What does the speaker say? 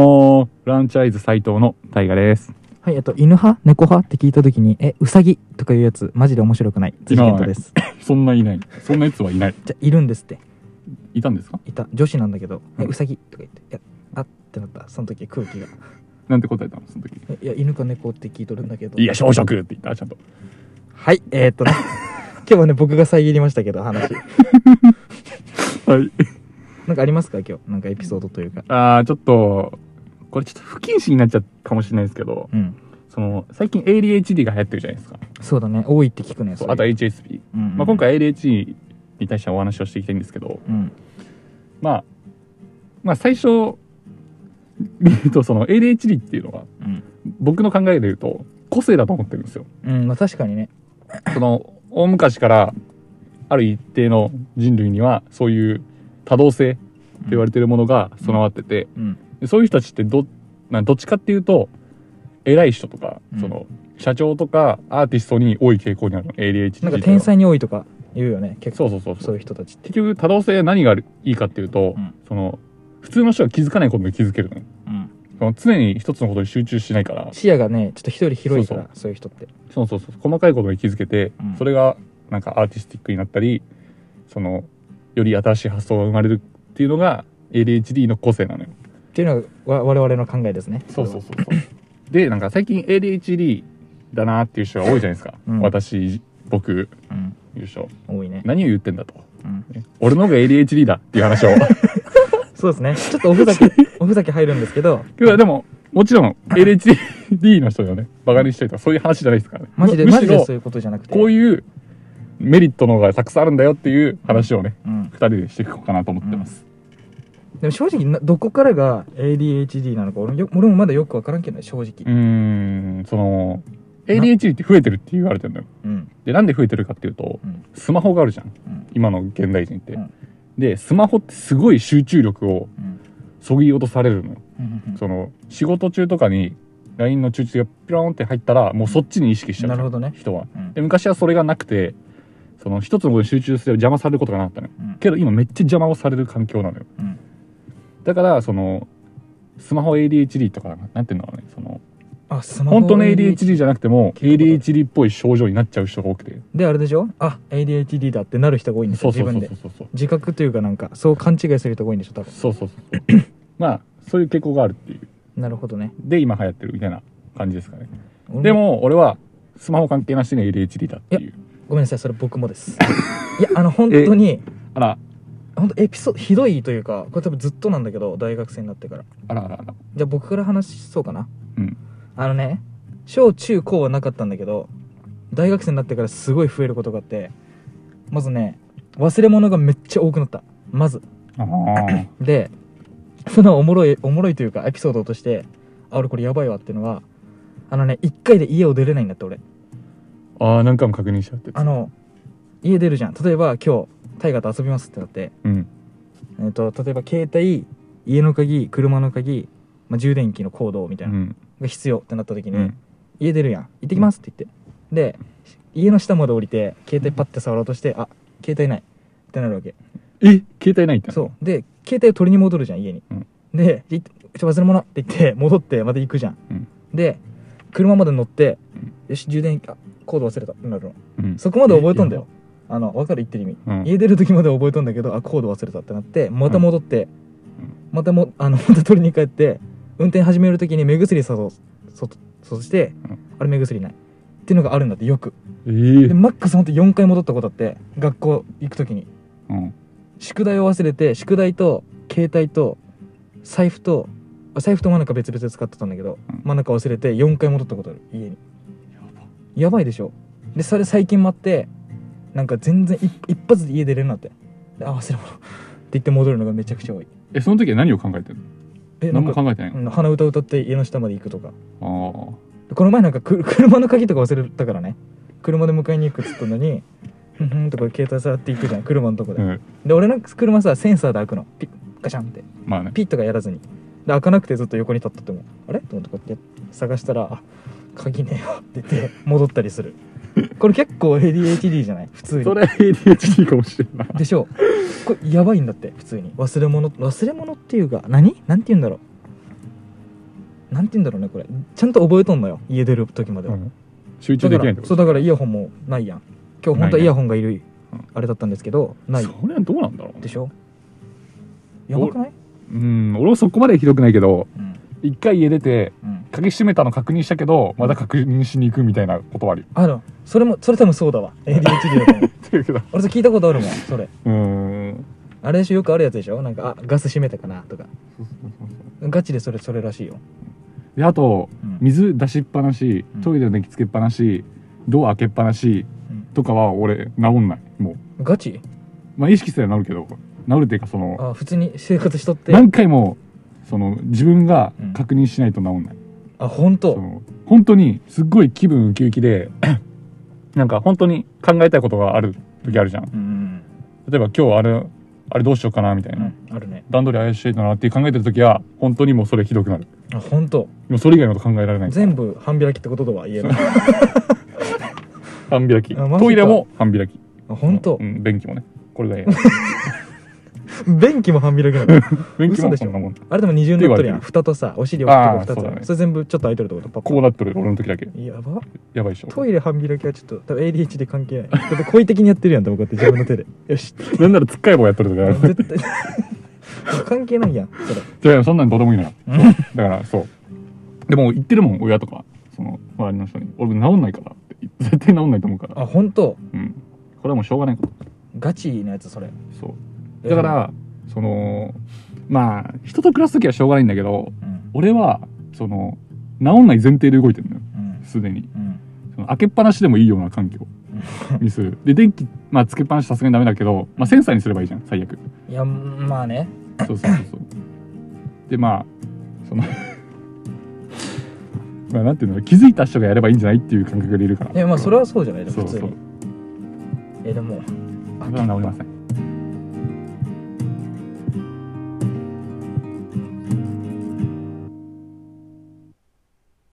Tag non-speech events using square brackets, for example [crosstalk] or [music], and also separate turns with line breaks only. フランチャイズ斎藤の大河です。
はい、えっと、犬派猫派って聞いたときに、え、うさぎとかいうやつ、マジで面白くない。辻健斗です。 [laughs]
そんないない。そんな奴はいない。
じゃ、いるんですって。
いたんですか
いた。女子なんだけど、え、
うん
うさぎとか言って、いや、あってなった。その時空気が。
なんて答えたのその時。
えいや、犬か猫って聞いとるんだけど。
いや、小食って言った、ちゃんと。
はい、えーっとね。 [laughs] 今日はね、僕が遮りましたけど、話。
はい。
なんかありますか今日。なんかエピソードというか。
あー、ちょっと、これちょっと不謹慎になっちゃうかもしれないですけど、
うん。
その、最近 ADHD が流行ってるじゃないですか。
そうだね。多いって聞くね。
そう
れ
あと HSP。
うんうん
まあ今。回 ADHD に対してはお話をしていきたいんですけど、
うん。
まあ、まあ最初、見るとその ADHD っていうのは、
うん。
僕の考えで言うと、個性だと思ってるんですよ。
うん、まあ確かにね。
その大昔からある一定の人類にはそういう多動性って言われてるものが備わってて、
うん。
でそういう人たちってどなどっちかっていうと偉い人とか、
うん
その社長とかアーティストに多い傾向にあるの ADHD
なんか
と
天才に多いとか言うよね。結
そ
構。
うそうそう
そ
そうう
いう人たちって。
結局多動性は何がいいかっていうと、
うん
その普通の人は気づかないことに気づけるの
うん。
その常に一つのことに集中しないから
視野がね、ちょっと一人広いから、
そ
そうういう人って。
そうそうそう細かいことに気づけて、
うん
それがなんかアーティスティックになったりそのより新しい発想が生まれるっていうのが ADHD の個性なのよ
っていうのがわ我々の考えですね
うそうそうでなんか最近 ADHD だなっていう人が多いじゃないですか、
うん
私僕
う、うん、
いう人
多いね、
何を言ってんだと
うん、
俺の方が ADHD だっていう話を [laughs]
そうですねちょっとおふざけおふざけ入るんですけど
今日はでももちろん ADHD の人をねバカにしたりとかそういう話じゃないですからね
マジで
む
マ
む
ジ
し
で
ろ
そういうことじゃなくて
こう
い
い
う、
うメリットの方がたくさんあるんだよっていう話をね
うん、
二人でしていこうかなと思ってます、
でも正直などこからが ADHD なのか俺もよ俺もまだよく分からんけどね正
う
直、
ーんその ADHD って増えてるって言われてるのよ
うん
でなんで増えてるかっていうと
うん
スマホがあるじゃん
うん
今の現代人って、
うん
でスマホってすごい集中力を
うん
そぎ落とされるのよ
うん
その仕事中とかに LINE の通知がピローンって入ったらもうそっちに意識しちゃう
なるほどね、
人は
うん
で昔はそれがなくてその一つのことに集中すれば邪魔されることがなかったのよ
うん
けど今めっちゃ邪魔をされる環境なのよ
うん
だからそのスマホ ADHD とかなんていうんだろうねその
あスマホ
本当の ADHD じゃなくても
聞いたことある
ADHD っぽい症状になっちゃう人が多くて
であれでしょあ ADHD だってなる人が多いんです
そ
よ
うそ
自
うそ
分
う
で
そうそう
自覚というかなんかそう勘違いする人が多いんでしょ多分
そうそうそうまあそういう傾向があるっていう
なるほどね
で今流行ってるみたいな感じですかね
俺
でも俺はスマホ関係なしに ADHD だっていう
ごめんなさいそれ僕もですいやあの本当に
あら
本当エピソードひどいというかこれ多分ずっとなんだけど大学生になってから
あらあらあら
じゃあ僕から話しそうかな
うん
あのね小中高はなかったんだけど大学生になってからすごい増えることがあってまずね忘れ物がめっちゃ多くなったまず
あー
でそのおもろいおもろいというかエピソードとしてあ俺これやばいわっていうのはあのね1回で家を出れないんだって俺
あー何回も確認しちゃうってやつ
あの家出るじゃん例えば今日大河と遊びますってなって
うん
えー、と例えば携帯家の鍵車の鍵、まあ、充電器のコードみた
う
いなの
ん
が必要ってなった時に、
うん
家出るやん行ってきますって言ってで家の下まで降りて携帯パッて触ろうとしてあ携帯ないってなるわけ
え携帯ないってな
そうで携帯を取りに戻るじゃん家に、
うん
でいちょっと忘れ物って言って [laughs] 戻ってまた行くじゃん、
うん
で車まで乗って、
うん
よし充電器あコード忘れたってなるの
うん
そこまで覚えとんだよあの分かる言ってる意味
うん
家出る時まで覚えとんだけどあコード忘れたってなってまた戻って、
うん
またも [laughs] あのまた取りに帰って運転始める時に目薬さそうそそして、
うん
あれ目薬ないっていうのがあるんだってよく
え
で
ー
マックスほんと4回戻ったことあって学校行く時に
うん
宿題を忘れて宿題と携帯と財布とあ財布と真ん中別々で使ってたんだけど、
うん
真ん中忘れて4回戻ったことある家にやばいでしょでそれ最近待ってなんか全然い一発で家出れるなってであ忘れ物って言って戻るのがめちゃくちゃ多い
えその時は何を考えてる
え
の
な
何
ん
も
か
考えてないの
うん鼻歌歌って家の下まで行くとか
あ
でこの前なんかく [laughs] 車の鍵とか忘れたからね車で迎えに行くっつったのに「ふんふん」とか携帯触って行くじゃん車のとこ
あう
で、
ん
で俺の車さセンサーで開くのピッガシャンって
まあね
ピッとかやらずにで開かなくてずっと横に立っててもあれと思ってこうやって探したらあ鍵ねえわって言って戻ったりするこれ結構 ADHD じゃない普通
そ
に
れ ADHD かもしれんない
でしょうこれやばいんだって普通に忘れ物忘れ物っていうか何なんて言うんだろうなんて言うんだろうねこれちゃんと覚えとんのよ家出る時まで
う
は、
ん、集中
だ
で
か
きないって
ら
こ
そ
と
うだからイヤホンもないやん今日本当はイヤホンがいる
うん
あれだったんですけどない
それはどうなんだろう
でしょやばくない
うん俺はそこまでひどくないけど
うん、
一回家出て
うん、
鍵閉めたの確認したけどまだ確認しに行くみたいなことはあるよ
あのそれもそれ多分そうだわ ADHD だと思う
というけど
[laughs] 俺それ聞いたことあるもんそれ
うーん
あれでしょよくあるやつでしょなんかあガス閉めたかな
[laughs]
とかガチでそれそれらしいよ、
であと
うん
水出しっぱなし
うん
トイレのきつけっぱなしドア開けっぱなし
うん
とかは俺治んないもう
ガチ
まあ意識すれば治るけど治るっていうかその
あ普通に生活しとって
何回もその自分が確認しないと治んない、
あ本
そ
当
の本当にすっごい気分ウキウキ
[coughs]
でなんか本当に考えたいことがある時あるじゃん
うん
例えば今日あれあれどうしようかなみたい
うんう
な、
んあるね
段取り怪しいなって考えてる時は本当にもうそれひどくなる
あ本当
もうそれ以外のこと考えられない
全部半開きってこととは言えない
半開き
あマジか
トイレも半開き
あ本当
うん、便器もねこれがいい
便器も半開きなの
[laughs] 便器
[laughs] 嘘
も
でし
こ
ょ
んなもんこ
あれでも二重になっとるやん
って言われてる
蓋とさお尻置くとこ
あー
二つ
そう
あ
だ
る
ね
それ全部ちょっと開いてるってことパパ
うなっとる俺の時だけ
やば
やばいでしょ
トイレ半開きはちょっと多分 ADHD 関係ないだって故意的にやってるやん多分こうやって自分の手でよし
なんならつっかえ棒やっとるとかある
絶対 [laughs] 関係ないやんそ
いや
れ
いやそんなんどうでもいいのよ
うん
そうだからそうでも言ってるもん親とかその周りの人に俺治んないからって絶対治んないと思うから
あ本当
うんこれはもうしょうがないこと
ガチなやつそれ
そうだから、そのまあ人と暮らす時はしょうがないんだけど
うん
俺はその治んない前提で動いてるのよ
うん
すでに
うん
その開けっぱなしでもいいような環境にするで電気まあつけっぱなしさすがにダメだけど、まあ、センサーにすればいいじゃん最悪
いやまあね
そうそうそうそうでまあその [laughs] まあなんていうの気づいた人がやればいいんじゃないっていう感覚でいるから
いやまあそれはそうじゃないで
そ
普
う
通
そう
にえでも
それは治りません